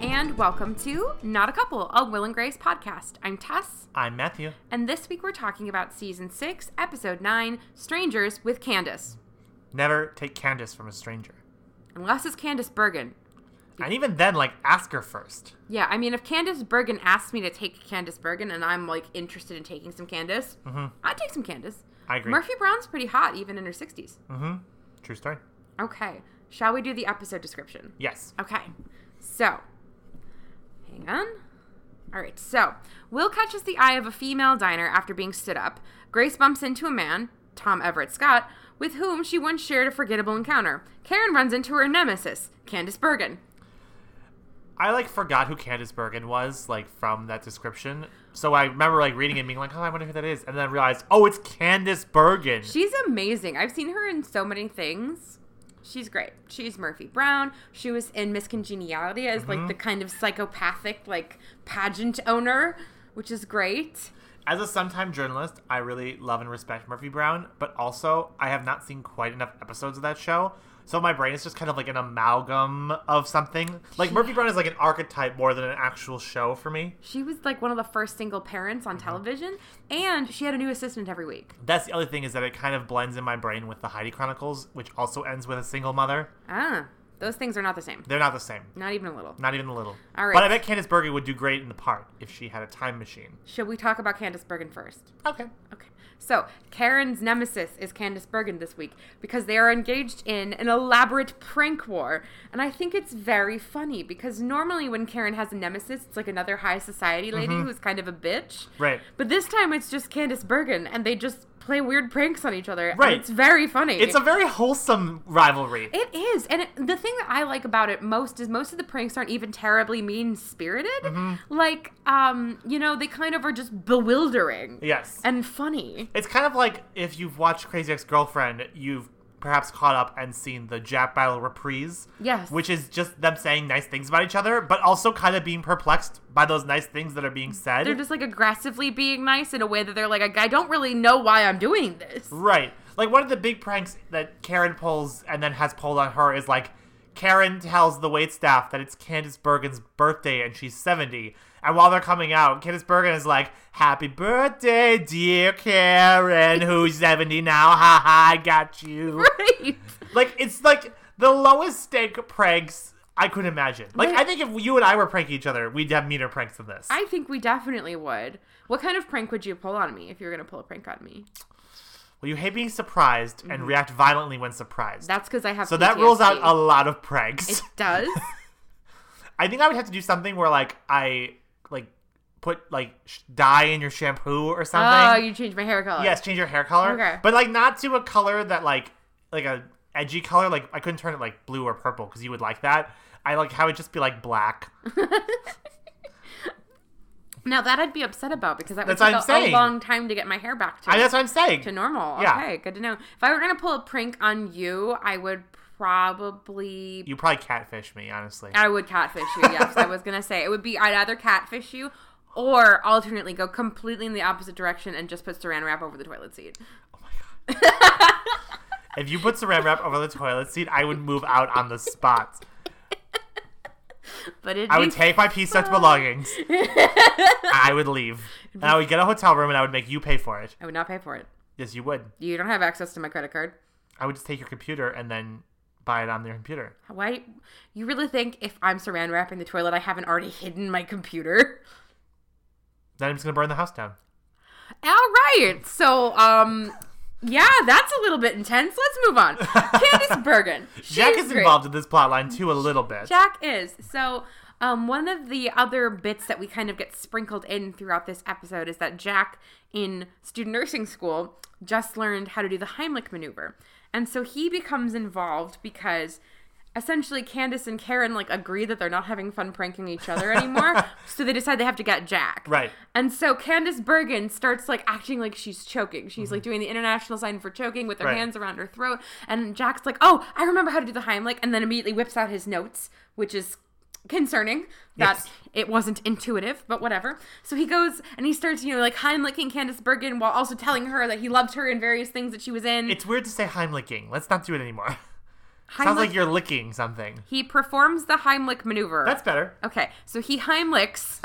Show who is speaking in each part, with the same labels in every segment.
Speaker 1: and welcome to Not a Couple, a Will and Grace podcast. I'm Tess,
Speaker 2: I'm Matthew.
Speaker 1: and this week we're talking about season six, episode nine Strangers with Candace.
Speaker 2: Never take Candace from a stranger.
Speaker 1: Unless it's Candace Bergen.
Speaker 2: And even then, like, ask her first.
Speaker 1: Yeah, I mean, if Candace Bergen asks me to take Candace Bergen and I'm like interested in taking some Candace, I'd take some Candace.
Speaker 2: Mm-hmm. I agree.
Speaker 1: Murphy Brown's pretty hot even in her 60s.
Speaker 2: Mm-hmm. True story.
Speaker 1: Okay, shall we do the episode description?
Speaker 2: Yes.
Speaker 1: Okay. So, hang on. All right. So, Will catches the eye of a female diner after being stood up. Grace bumps into a man, Tom Everett Scott, with whom she once shared a forgettable encounter. Karen runs into her nemesis, Candace Bergen.
Speaker 2: I, like, forgot who Candace Bergen was, like, from that description. So I remember, like, reading it and being like, oh, I wonder who that is. And then I realized, oh, it's Candace Bergen.
Speaker 1: She's amazing. I've seen her in so many things. She's great. She's Murphy Brown. She was in Miss Congeniality as like the kind of psychopathic like pageant owner, which is great.
Speaker 2: As a sometime journalist, I really love and respect Murphy Brown, but also I have not seen quite enough episodes of that show. So my brain is just kind of like an amalgam of something. Like Murphy Brown is like an archetype more than an actual show for me.
Speaker 1: She was like one of the first single parents
Speaker 2: Uh-huh.
Speaker 1: on television, and she had a new assistant every week.
Speaker 2: That's the other thing is that it kind of blends in my brain with the Heidi Chronicles, which also ends with a single mother.
Speaker 1: Ah, those things are not the same.
Speaker 2: They're not the same.
Speaker 1: Not even a little.
Speaker 2: Not even a little.
Speaker 1: All right.
Speaker 2: But I bet Candace Bergen would do great in the part if she had a time machine.
Speaker 1: Should we talk about Candace Bergen first?
Speaker 2: Okay.
Speaker 1: Okay. So, Karen's nemesis is Candace Bergen this week because they are engaged in an elaborate prank war. And I think it's very funny because normally when Karen has a nemesis, it's like another high society lady who's kind of a bitch.
Speaker 2: Mm-hmm. Right.
Speaker 1: But this time it's just Candace Bergen and they just play weird pranks on each other. and
Speaker 2: Right.
Speaker 1: it's very funny.
Speaker 2: It's a very wholesome rivalry.
Speaker 1: It is, and it, the thing that I like about it most is most of the pranks aren't even terribly mean spirited. Like, um, you know, they kind of are just bewildering
Speaker 2: yes.
Speaker 1: and funny.
Speaker 2: It's kind of like if you've watched Crazy Ex-Girlfriend, you've perhaps caught up and seen the Jap battle reprise.
Speaker 1: Yes.
Speaker 2: Which is just them saying nice things about each other, but also kind of being perplexed by those nice things that are being said.
Speaker 1: They're just like aggressively being nice in a way that they're like, I don't really know why I'm doing this.
Speaker 2: Right. Like one of the big pranks that Karen pulls and then has pulled on her is like Karen tells the waitstaff that it's Candace Bergen's birthday and she's 70. And while they're coming out, Candace Bergen is like, Happy birthday, dear Karen, who's 70 now. Ha ha, I got you.
Speaker 1: Right.
Speaker 2: Like, it's like the lowest stake pranks I could imagine. Like,
Speaker 1: Right.
Speaker 2: I think if you and I were pranking each other, we'd have meaner pranks than this.
Speaker 1: I think we definitely would. What kind of prank would you pull on me if you were going to pull a prank on me?
Speaker 2: well, you hate being surprised
Speaker 1: Mm-hmm.
Speaker 2: and react violently when surprised.
Speaker 1: That's because I have.
Speaker 2: so that rules out
Speaker 1: PTSD.
Speaker 2: a lot of pranks.
Speaker 1: It does.
Speaker 2: I think I would have to do something where like I like put like sh- dye in your shampoo or
Speaker 1: oh,
Speaker 2: something.
Speaker 1: you changed my hair color.
Speaker 2: yes, change your hair color.
Speaker 1: Okay.
Speaker 2: But like not to a color that like like a edgy color. Like I couldn't turn it like blue or purple because you would like that. I like how it would just be like black.
Speaker 1: Now that I'd be upset about because that would
Speaker 2: That's what
Speaker 1: take
Speaker 2: I'm
Speaker 1: a, a
Speaker 2: saying.
Speaker 1: long time to get my hair back to.
Speaker 2: I, that's what I'm saying.
Speaker 1: to normal.
Speaker 2: Yeah.
Speaker 1: Okay, good to know. If I were gonna pull a prank on you, I would probably
Speaker 2: You probably catfish me, honestly.
Speaker 1: I would catfish you. Yes, I was gonna say it would be I'd either catfish you or alternately go completely in the opposite direction and just put saran wrap over the toilet seat.
Speaker 2: if you put saran wrap over the toilet seat, I would move out on the spot.
Speaker 1: But it'd
Speaker 2: I
Speaker 1: be
Speaker 2: would take my pee soaked belongings. I would leave, and I would get a hotel room, and I would make you pay for it.
Speaker 1: I would not pay for it.
Speaker 2: Yes, you would.
Speaker 1: You don't have access to my credit card.
Speaker 2: I would just take your computer and then buy it on their computer.
Speaker 1: Why you really think if I'm saran wrapping the toilet I haven't already hidden my computer?
Speaker 2: Then I'm just gonna burn the house down.
Speaker 1: All right. So, um, yeah, that's a little bit intense. Let's move on. Candice Bergen.
Speaker 2: Jack
Speaker 1: She's
Speaker 2: is
Speaker 1: great.
Speaker 2: involved in this plot line too a little bit.
Speaker 1: Jack is. So, um, one of the other bits that we kind of get sprinkled in throughout this episode is that Jack in student nursing school just learned how to do the Heimlich maneuver. And so he becomes involved because essentially Candace and Karen like agree that they're not having fun pranking each other anymore. so they decide they have to get Jack.
Speaker 2: Right.
Speaker 1: And so Candace Bergen starts like acting like she's choking. She's like doing the international sign for choking with her
Speaker 2: Mm-hmm. Right.
Speaker 1: hands around her throat. And Jack's like, "Oh, I remember how to do the Heimlich," and then immediately whips out his notes, which is concerning that
Speaker 2: Yes.
Speaker 1: it wasn't intuitive, but whatever. So he goes and he starts, you know, like Heimliching Candace Bergen while also telling her that he loved her and various things that she was in.
Speaker 2: It's weird to say Heimlicking. Let's not do it anymore.
Speaker 1: Heimlich,
Speaker 2: Sounds like you're licking something.
Speaker 1: he performs the Heimlich maneuver.
Speaker 2: That's better.
Speaker 1: okay. So he Heimlichs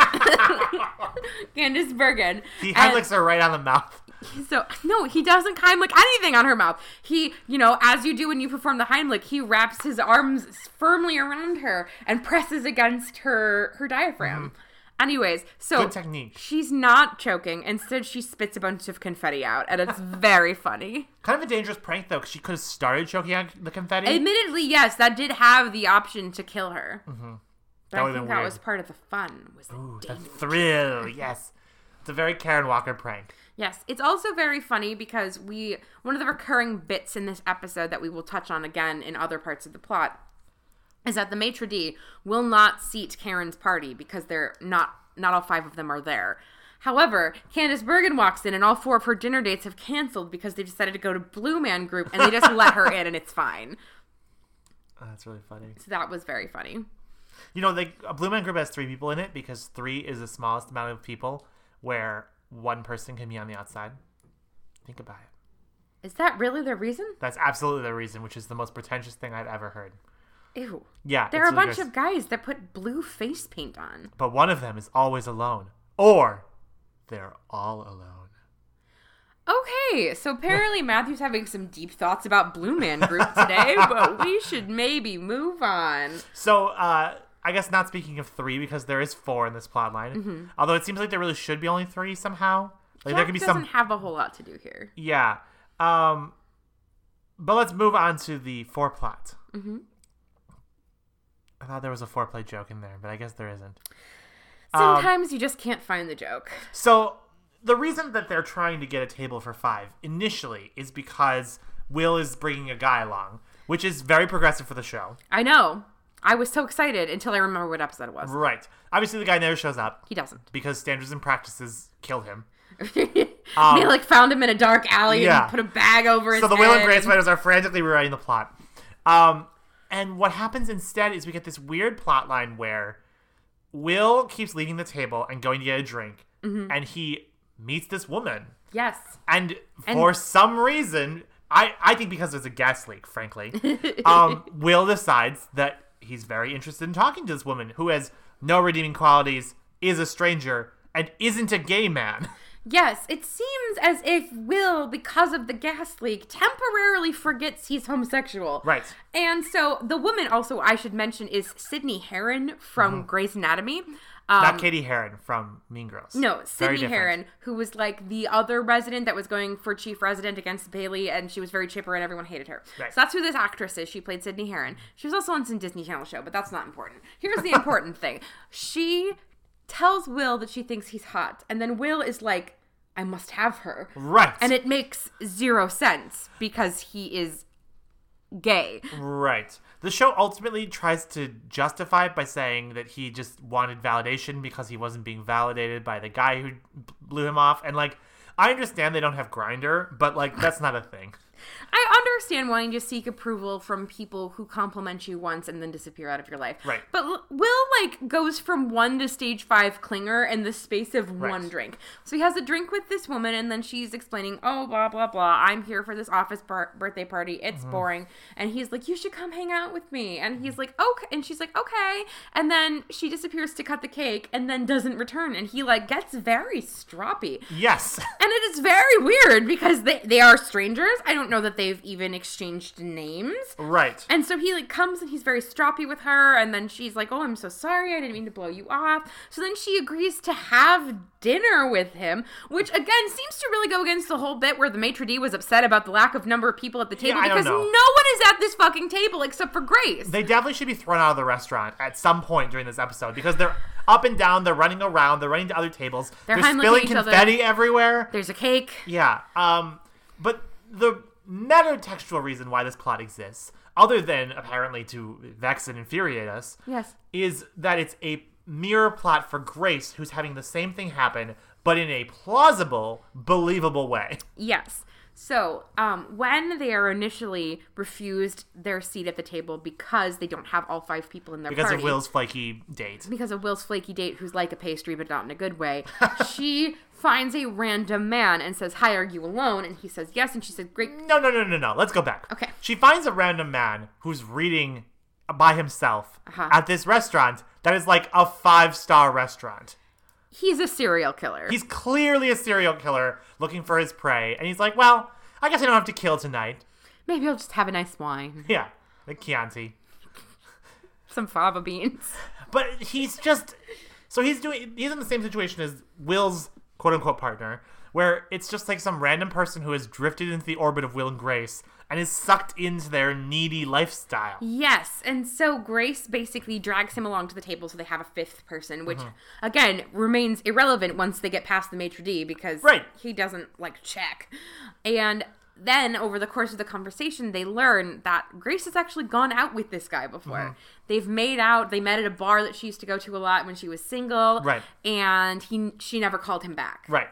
Speaker 1: Candace Bergen.
Speaker 2: The
Speaker 1: and-
Speaker 2: Heimlichs are right on the mouth.
Speaker 1: So no, he doesn't Heimlich anything on her mouth. He, you know, as you do when you perform the Heimlich, he wraps his arms firmly around her and presses against her her diaphragm. Anyways, so
Speaker 2: Mm-hmm. Good technique.
Speaker 1: she's not choking. Instead, she spits a bunch of confetti out, and it's very funny.
Speaker 2: Kind of a dangerous prank though, because she could have started choking on the confetti.
Speaker 1: Admittedly, yes, that did have the option to kill her. But
Speaker 2: Mm-hmm. That
Speaker 1: I
Speaker 2: would've
Speaker 1: think that
Speaker 2: been weird.
Speaker 1: was part of the fun. Was the
Speaker 2: Ooh, the
Speaker 1: danger.
Speaker 2: thrill, yes. It's a very Karen Walker prank.
Speaker 1: Yes, it's also very funny because we one of the recurring bits in this episode that we will touch on again in other parts of the plot is that the maitre d will not seat Karen's party because they're not not all five of them are there. However, Candace Bergen walks in and all four of her dinner dates have canceled because they decided to go to Blue Man Group and they just let her in and it's fine.
Speaker 2: Oh, that's really funny.
Speaker 1: So that was very funny.
Speaker 2: You know, like a Blue Man Group has three people in it because three is the smallest amount of people where one person can be on the outside. Think about it.
Speaker 1: Is that really the reason?
Speaker 2: That's absolutely the reason, which is the most pretentious thing I've ever heard.
Speaker 1: Ew.
Speaker 2: Yeah,
Speaker 1: There are a
Speaker 2: it's really
Speaker 1: bunch
Speaker 2: gross.
Speaker 1: of guys that put blue face paint on.
Speaker 2: But one of them is always alone, or they're all alone.
Speaker 1: Okay, so apparently Matthew's having some deep thoughts about Blue Man Group today, but we should maybe move on.
Speaker 2: So, uh, I guess not speaking of three because there is four in this plot line.
Speaker 1: Mm-hmm.
Speaker 2: Although it seems like there really should be only three somehow. Like there
Speaker 1: Jack
Speaker 2: could be
Speaker 1: doesn't
Speaker 2: some
Speaker 1: have a whole lot to do here.
Speaker 2: Yeah. Um, but let's move on to the foreplot. Mm-hmm. I thought there was a foreplay joke in there, but I guess there isn't. Um,
Speaker 1: Sometimes you just can't find the joke.
Speaker 2: So the reason that they're trying to get a table for five initially is because Will is bringing a guy along, which is very progressive for the show.
Speaker 1: I know. I was so excited until I remember what episode it was.
Speaker 2: Right. Obviously, the guy never shows up
Speaker 1: He doesn't.
Speaker 2: because standards and practices killed him.
Speaker 1: they like found him in a dark alley
Speaker 2: Um, yeah.
Speaker 1: and put a bag over his
Speaker 2: So the
Speaker 1: head.
Speaker 2: Will and Grace writers are frantically rewriting the plot. Um, and what happens instead is we get this weird plot line where Will keeps leaving the table and going to get a drink, and he meets this woman.
Speaker 1: Yes.
Speaker 2: And for some reason, I, I think because there's a gas leak, frankly, um, Will decides that he's very interested in talking to this woman who has no redeeming qualities, is a stranger, and isn't a gay man.
Speaker 1: Yes, it seems as if Will, because of the gas leak, temporarily forgets he's homosexual.
Speaker 2: Right.
Speaker 1: And so the woman, also, I should mention, is Sydney Heron from Grey's Anatomy. Um,
Speaker 2: Not Katie Heron from Mean Girls.
Speaker 1: no, Sydney
Speaker 2: Very different.
Speaker 1: Heron, who was like the other resident that was going for chief resident against Bailey, and she was very chipper and everyone hated her.
Speaker 2: Right.
Speaker 1: So that's who this actress is. She played Sydney Heron. She was also on some Disney Channel show, but that's not important. Here's the important thing she tells Will that she thinks he's hot, and then Will is like, I must have her.
Speaker 2: Right.
Speaker 1: And it makes zero sense because he is gay.
Speaker 2: Right. The show ultimately tries to justify it by saying that he just wanted validation because he wasn't being validated by the guy who b- blew him off. And, like, I understand they don't have Grinder, but, like, that's not a thing.
Speaker 1: I understand wanting to seek approval from people who compliment you once and then disappear out of your life.
Speaker 2: Right.
Speaker 1: But L- Will, like, goes from one to stage five clinger in the space of one
Speaker 2: Right.
Speaker 1: drink. So he has a drink with this woman, and then she's explaining, oh, blah, blah, blah. I'm here for this office bar- birthday party. It's
Speaker 2: Mm-hmm.
Speaker 1: boring. And he's like, you should come hang out with me. And he's like, okay. And she's like, okay. And then she disappears to cut the cake and then doesn't return. And he, like, gets very stroppy.
Speaker 2: Yes.
Speaker 1: And it is very weird because they, they are strangers. I don't know that they've even exchanged names.
Speaker 2: right.
Speaker 1: And so he like comes and he's very stroppy with her, and then she's like, "Oh, I'm so sorry, I didn't mean to blow you off." So then she agrees to have dinner with him, which again seems to really go against the whole bit where the maitre d was upset about the lack of number of people at the table
Speaker 2: I don't
Speaker 1: because
Speaker 2: know.
Speaker 1: no one is at this fucking table except for Grace.
Speaker 2: They definitely should be thrown out of the restaurant at some point during this episode because they're up and down, they're running around, they're running to other tables,
Speaker 1: They're
Speaker 2: they're
Speaker 1: Heimlicking
Speaker 2: spilling
Speaker 1: each other.
Speaker 2: confetti everywhere.
Speaker 1: There's a cake.
Speaker 2: Yeah. Um, but the meta-textual reason why this plot exists, other than apparently to vex and infuriate us,
Speaker 1: Yes.
Speaker 2: is that it's a mirror plot for Grace, who's having the same thing happen, but in a plausible, believable way.
Speaker 1: Yes. So, um, when they are initially refused their seat at the table because they don't have all five people in their
Speaker 2: because
Speaker 1: party,
Speaker 2: of Will's flaky date.
Speaker 1: because of Will's flaky date, who's like a pastry but not in a good way, she finds a random man and says, "Hi, are you alone?" And he says, "Yes." And she says, "Great."
Speaker 2: No, no, no, no, no. Let's go back.
Speaker 1: Okay.
Speaker 2: She finds a random man who's reading by himself
Speaker 1: Uh-huh.
Speaker 2: at this restaurant that is like a five star restaurant.
Speaker 1: He's a serial killer.
Speaker 2: He's clearly a serial killer looking for his prey, and he's like, well, I guess I don't have to kill tonight.
Speaker 1: Maybe I'll just have a nice wine,
Speaker 2: Yeah, like Chianti.
Speaker 1: some fava beans.
Speaker 2: But he's just so he's doing he's in the same situation as Will's quote unquote partner, where it's just like some random person who has drifted into the orbit of Will and Grace and is sucked into their needy lifestyle.
Speaker 1: Yes, and so Grace basically drags him along to the table so they have a fifth person, which
Speaker 2: Mm-hmm.
Speaker 1: again remains irrelevant once they get past the maitre d because
Speaker 2: Right.
Speaker 1: he doesn't like check. And then over the course of the conversation, they learn that Grace has actually gone out with this guy before.
Speaker 2: Mm-hmm.
Speaker 1: They've made out. They met at a bar that she used to go to a lot when she was single.
Speaker 2: Right.
Speaker 1: and he she never called him back.
Speaker 2: Right.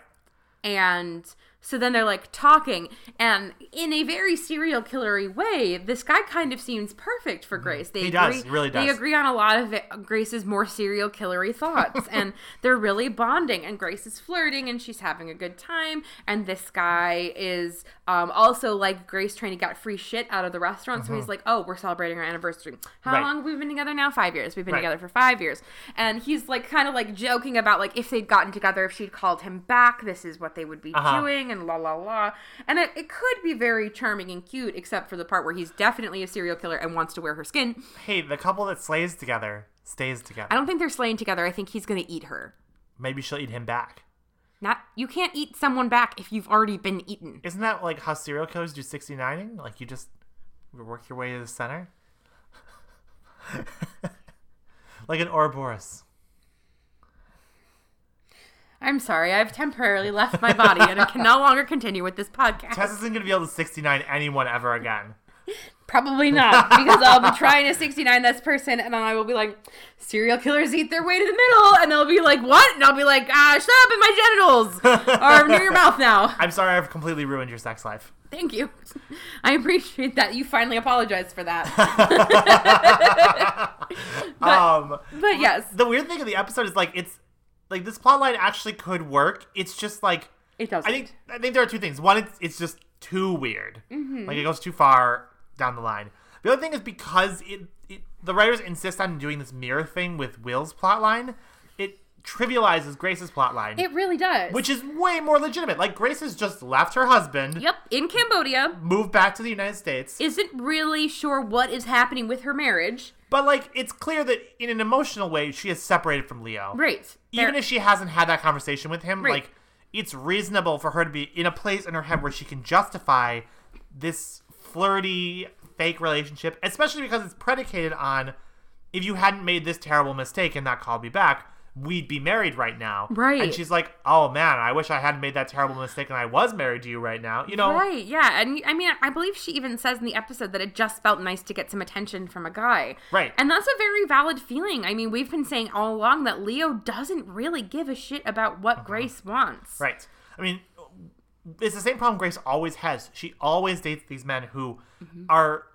Speaker 1: And so then they're like talking, and in a very serial killery way, this guy kind of seems perfect for Grace. They
Speaker 2: Mm-hmm.
Speaker 1: agree,
Speaker 2: He does. He really
Speaker 1: They
Speaker 2: does.
Speaker 1: agree on a lot of it- Grace's more serial killery thoughts, and they're really bonding. And Grace is flirting, and she's having a good time. And this guy is um, also like Grace trying to get free shit out of the restaurant. So he's like, "Oh, we're celebrating our anniversary. How
Speaker 2: Uh-huh. Right.
Speaker 1: long have we been together now? Five years. We've been
Speaker 2: Right.
Speaker 1: together for five years." And he's like, kind of like joking about like if they'd gotten together, if she'd called him back, this is what they would be
Speaker 2: Uh-huh.
Speaker 1: doing, and la la la. And it, it could be very charming and cute, except for the part where he's definitely a serial killer and wants to wear her skin.
Speaker 2: Hey, the couple that slays together stays together.
Speaker 1: I don't think they're slaying together. I think he's gonna eat her.
Speaker 2: Maybe she'll eat him back.
Speaker 1: Not you can't eat someone back if you've already been eaten.
Speaker 2: Isn't that like how serial killers do 69ing? Like you just work your way to the center? like an Ouroboros.
Speaker 1: I'm sorry, I've temporarily left my body and I can no longer continue with this podcast.
Speaker 2: Tess isn't going to be able to 69 anyone ever again.
Speaker 1: Probably not, because I'll be trying to 69 this person, and then I will be like, serial killers eat their way to the middle, and they'll be like, what? And I'll be like, ah, shut up in my genitals, or near your mouth now.
Speaker 2: I'm sorry I've completely ruined your sex life.
Speaker 1: Thank you. I appreciate that you finally apologized for that.
Speaker 2: um,
Speaker 1: But yes,
Speaker 2: the weird thing of the episode is like it's like this plotline actually could work. It's just like
Speaker 1: it does.
Speaker 2: I think I think there are two things. One, it's it's just too weird.
Speaker 1: Mm-hmm.
Speaker 2: Like it goes too far down the line. The other thing is because it, it the writers insist on doing this mirror thing with Will's plotline. It trivializes Grace's plotline,
Speaker 1: it really does.
Speaker 2: which is way more legitimate. Like Grace has just left her husband,
Speaker 1: yep, in Cambodia,
Speaker 2: moved back to the United States,
Speaker 1: isn't really sure what is happening with her marriage.
Speaker 2: but like it's clear that in an emotional way she is separated from Leo.
Speaker 1: Right.
Speaker 2: Even
Speaker 1: There-
Speaker 2: if she hasn't had that conversation with him,
Speaker 1: Right.
Speaker 2: like it's reasonable for her to be in a place in her head where she can justify this flirty fake relationship, especially because it's predicated on if you hadn't made this terrible mistake and not called me back, we'd be married right now.
Speaker 1: Right.
Speaker 2: And she's like, "Oh man, I wish I hadn't made that terrible mistake and I was married to you right now." You know.
Speaker 1: Right, yeah. And I mean, I believe she even says in the episode that it just felt nice to get some attention from a guy.
Speaker 2: Right.
Speaker 1: And that's a very valid feeling. I mean, we've been saying all along that Leo doesn't really give a shit about what Grace wants.
Speaker 2: Uh-huh. Right. I mean, it's the same problem Grace always has. She always dates these men who
Speaker 1: Mm-hmm.
Speaker 2: are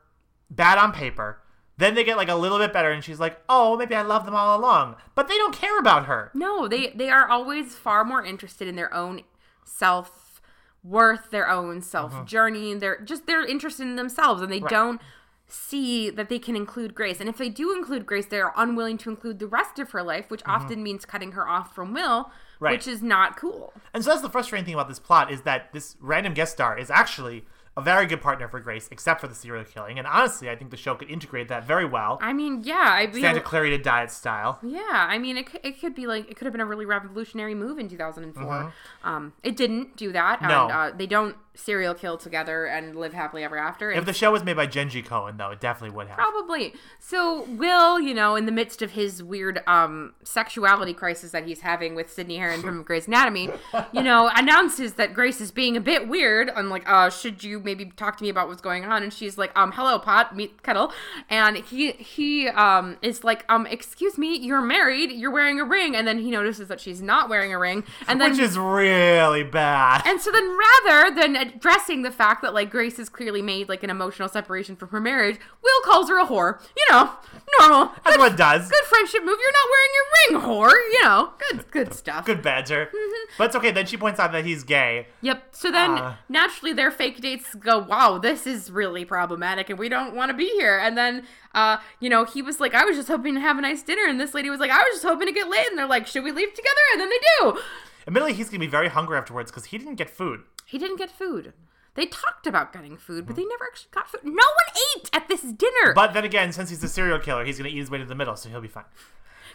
Speaker 2: bad on paper. Then they get like a little bit better, and she's like, "Oh, maybe I love them all along," but they don't care about her.
Speaker 1: No, they they are always far more interested in their own self worth, their own self
Speaker 2: Uh-huh.
Speaker 1: journey. They're just they're interested in themselves, and they don't see that they can include Grace. And if they do include Grace, they are unwilling to include the rest of her life, which often means cutting her off from Will,
Speaker 2: Mm-hmm. Right.
Speaker 1: which is not cool.
Speaker 2: And so that's the frustrating thing about this plot is that this random guest star is actually a very good partner for Grace, except for the serial killing. And honestly, I think the show could integrate that very well.
Speaker 1: I mean, yeah, I'd be.
Speaker 2: Santa Clarita Diet style.
Speaker 1: yeah, I mean, it, c- it could be like it could have been a really revolutionary move in 2004. Um, it didn't do that,
Speaker 2: Mm-hmm. No.
Speaker 1: and uh, they don't serial kill together and live happily ever after.
Speaker 2: If
Speaker 1: It's-
Speaker 2: the show was made by Genji Cohen, though, it definitely would have.
Speaker 1: Probably. So Will, you know, in the midst of his weird um, sexuality crisis that he's having with Sydney Heron from Grey's Anatomy, you know, announces that Grace is being a bit weird. I'm like, uh, should you maybe talk to me about what's going on? And she's like, um, hello, pot, meet kettle. And he he um is like, um, excuse me, you're married, you're wearing a ring, and then he notices that she's not wearing a ring, and then
Speaker 2: Which is really bad.
Speaker 1: and so then, rather than addressing the fact that like Grace has clearly made like an emotional separation from her marriage, Will calls her a whore. You know, normal.
Speaker 2: That's
Speaker 1: Good,
Speaker 2: what it does.
Speaker 1: good friendship move. You're not wearing your ring, whore. You know, good good stuff.
Speaker 2: Good badger. But it's okay. Then she points out that he's gay.
Speaker 1: Yep. So then
Speaker 2: Uh.
Speaker 1: naturally their fake dates go, wow, this is really problematic and we don't want to be here. And then, uh, you know, he was like, I was just hoping to have a nice dinner. And this lady was like, I was just hoping to get laid. And they're like, should we leave together? And then they do.
Speaker 2: Admittedly, he's gonna be very hungry afterwards because he didn't get food.
Speaker 1: He didn't get food. They talked about getting food, but they never actually got food. No one ate at this dinner.
Speaker 2: But then again, since he's a serial killer, he's gonna eat his way to the middle, so he'll be fine.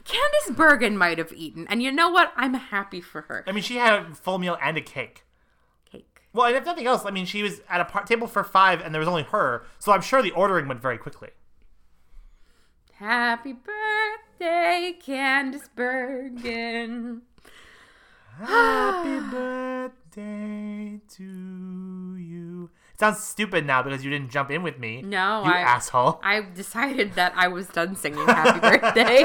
Speaker 1: Candace Bergen might have eaten. And you know what? I'm happy for her.
Speaker 2: I mean, she had a full meal and a cake.
Speaker 1: Cake.
Speaker 2: Well, and if nothing else, I mean, she was at a par- table for five, and there was only her, so I'm sure the ordering went very quickly.
Speaker 1: Happy birthday, Candace Bergen.
Speaker 2: Happy birthday to you. It sounds stupid now because you didn't jump in with me.
Speaker 1: No,
Speaker 2: you
Speaker 1: I-
Speaker 2: asshole.
Speaker 1: I decided that I was done singing happy birthday.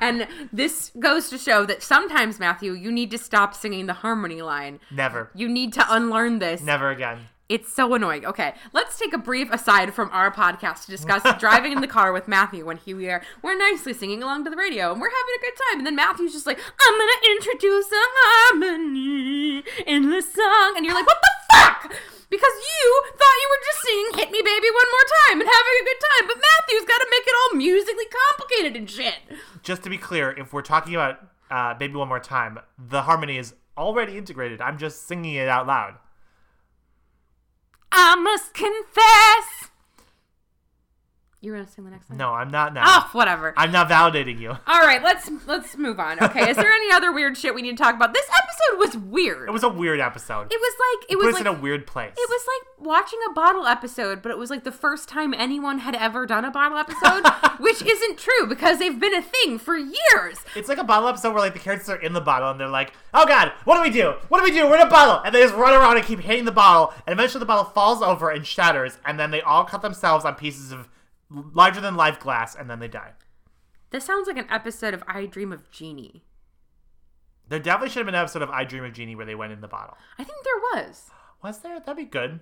Speaker 1: and this goes to show that sometimes, Matthew, you need to stop singing the harmony line.
Speaker 2: Never,
Speaker 1: You need to unlearn this.
Speaker 2: never again.
Speaker 1: It's so annoying. Okay, let's take a brief aside from our podcast to discuss driving in the car with Matthew when he we are we're nicely singing along to the radio and we're having a good time, and then Matthew's just like, "I'm gonna introduce a harmony in the song," and you're like, "What the fuck?" Because you thought you were just singing "Hit Me, Baby" one more time and having a good time, but Matthew's got to make it all musically complicated and shit.
Speaker 2: Just to be clear, if we're talking about uh, Baby One More Time, the harmony is already integrated. I'm just singing it out loud.
Speaker 1: I must confess. You're gonna sing the next line.
Speaker 2: No, I'm not now.
Speaker 1: Oh, whatever.
Speaker 2: I'm not validating you.
Speaker 1: All right, let's let's move on. Okay, is there any other weird shit we need to talk about? This episode was weird.
Speaker 2: It was a weird episode.
Speaker 1: It was like it
Speaker 2: Put
Speaker 1: was like
Speaker 2: us in a weird place.
Speaker 1: it was like watching a bottle episode, but it was like the first time anyone had ever done a bottle episode, which isn't true because they've been a thing for years.
Speaker 2: It's like a bottle episode where like the characters are in the bottle and they're like, "Oh God, what do we do? What do we do? We're in a bottle!" And they just run around and keep hitting the bottle, and eventually the bottle falls over and shatters, and then they all cut themselves on pieces of larger than life glass, and then they die.
Speaker 1: This sounds like an episode of I Dream of Jeannie.
Speaker 2: There definitely should have been an episode of I Dream of Jeannie where they went in the bottle.
Speaker 1: I think there was.
Speaker 2: Was there? That'd be good.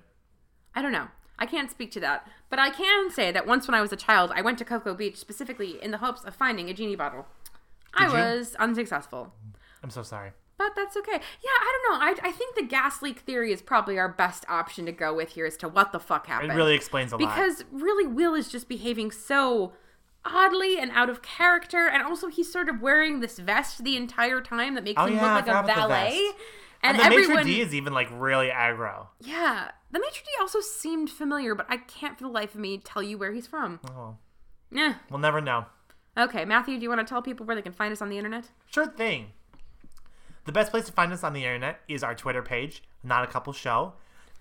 Speaker 1: I don't know. I can't speak to that, but I can say that once when I was a child, I went to Cocoa Beach specifically in the hopes of finding a genie bottle. I
Speaker 2: Did you?
Speaker 1: was unsuccessful.
Speaker 2: I'm so sorry.
Speaker 1: But that's okay. Yeah, I don't know. I, I think the gas leak theory is probably our best option to go with here as to what the fuck
Speaker 2: It
Speaker 1: happened.
Speaker 2: really explains a lot.
Speaker 1: because really, Will is just behaving so oddly and out of character, and also he's sort of wearing this vest the entire time that makes
Speaker 2: Oh,
Speaker 1: him
Speaker 2: yeah, I
Speaker 1: look like
Speaker 2: forgot
Speaker 1: a
Speaker 2: about the
Speaker 1: valet.
Speaker 2: vest.
Speaker 1: And,
Speaker 2: the
Speaker 1: everyone,
Speaker 2: maitre d is even like really aggro.
Speaker 1: yeah, the maitre d also seemed familiar, but I can't for the life of me tell you where he's from.
Speaker 2: Oh,
Speaker 1: Yeah.
Speaker 2: we'll never know.
Speaker 1: Okay, Matthew, do you want to tell people where they can find us on the internet?
Speaker 2: Sure thing. The best place to find us on the internet is our Twitter page, Not a Couple Show.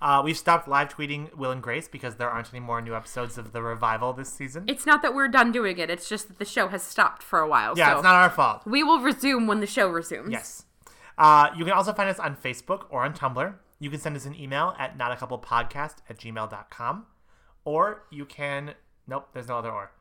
Speaker 2: Uh, we've stopped live tweeting Will and Grace because there aren't any more new episodes of the revival this season.
Speaker 1: It's not that we're done doing it; it's just that the show has stopped for a while.
Speaker 2: yeah,
Speaker 1: so.
Speaker 2: it's not our fault.
Speaker 1: We will resume when the show resumes.
Speaker 2: Yes. Uh, you can also find us on Facebook or on Tumblr. You can send us an email at notacouplepodcast at gmail.com. Or you can. Nope, there's no other or.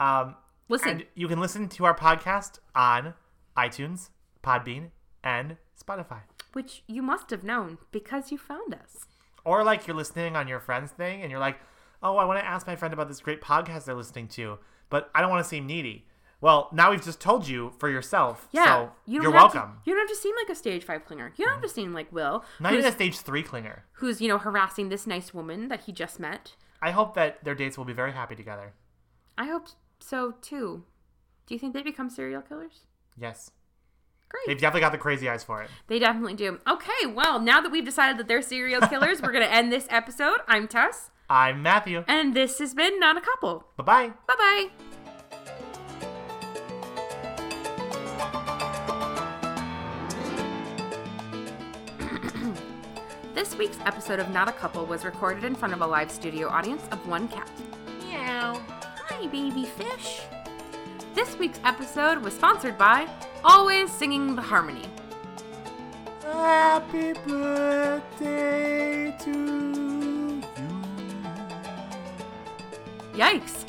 Speaker 2: Um,
Speaker 1: Listen,
Speaker 2: and you can listen to our podcast on iTunes, Podbean, and Spotify.
Speaker 1: which you must have known because you found us.
Speaker 2: Or like you're listening on your friend's thing and you're like, oh, I want to ask my friend about this great podcast they're listening to, but I don't want to seem needy. Well, now we've just told you for yourself.
Speaker 1: Yeah,
Speaker 2: So
Speaker 1: you
Speaker 2: you
Speaker 1: don't
Speaker 2: are
Speaker 1: have
Speaker 2: welcome. Mm-hmm.
Speaker 1: To, you don't have to seem like a stage five clinger. You don't have to seem like Will,
Speaker 2: Not
Speaker 1: who's,
Speaker 2: even a stage three clinger.
Speaker 1: who's you know harassing this nice woman that he just met.
Speaker 2: I hope that their dates will be very happy together.
Speaker 1: I hope so too. Do you think they become serial killers?
Speaker 2: Yes.
Speaker 1: Great.
Speaker 2: They've definitely got the crazy eyes for it.
Speaker 1: They definitely do. Okay, well, now that we've decided that they're serial killers, we're going to end this episode. I'm Tess,
Speaker 2: I'm Matthew.
Speaker 1: and this has been Not a Couple.
Speaker 2: Bye bye.
Speaker 1: Bye bye. this week's episode of Not a Couple was recorded in front of a live studio audience of one cat. Meow. Hi, baby fish. This week's episode was sponsored by Always Singing the Harmony.
Speaker 2: Happy birthday to you.
Speaker 1: Yikes.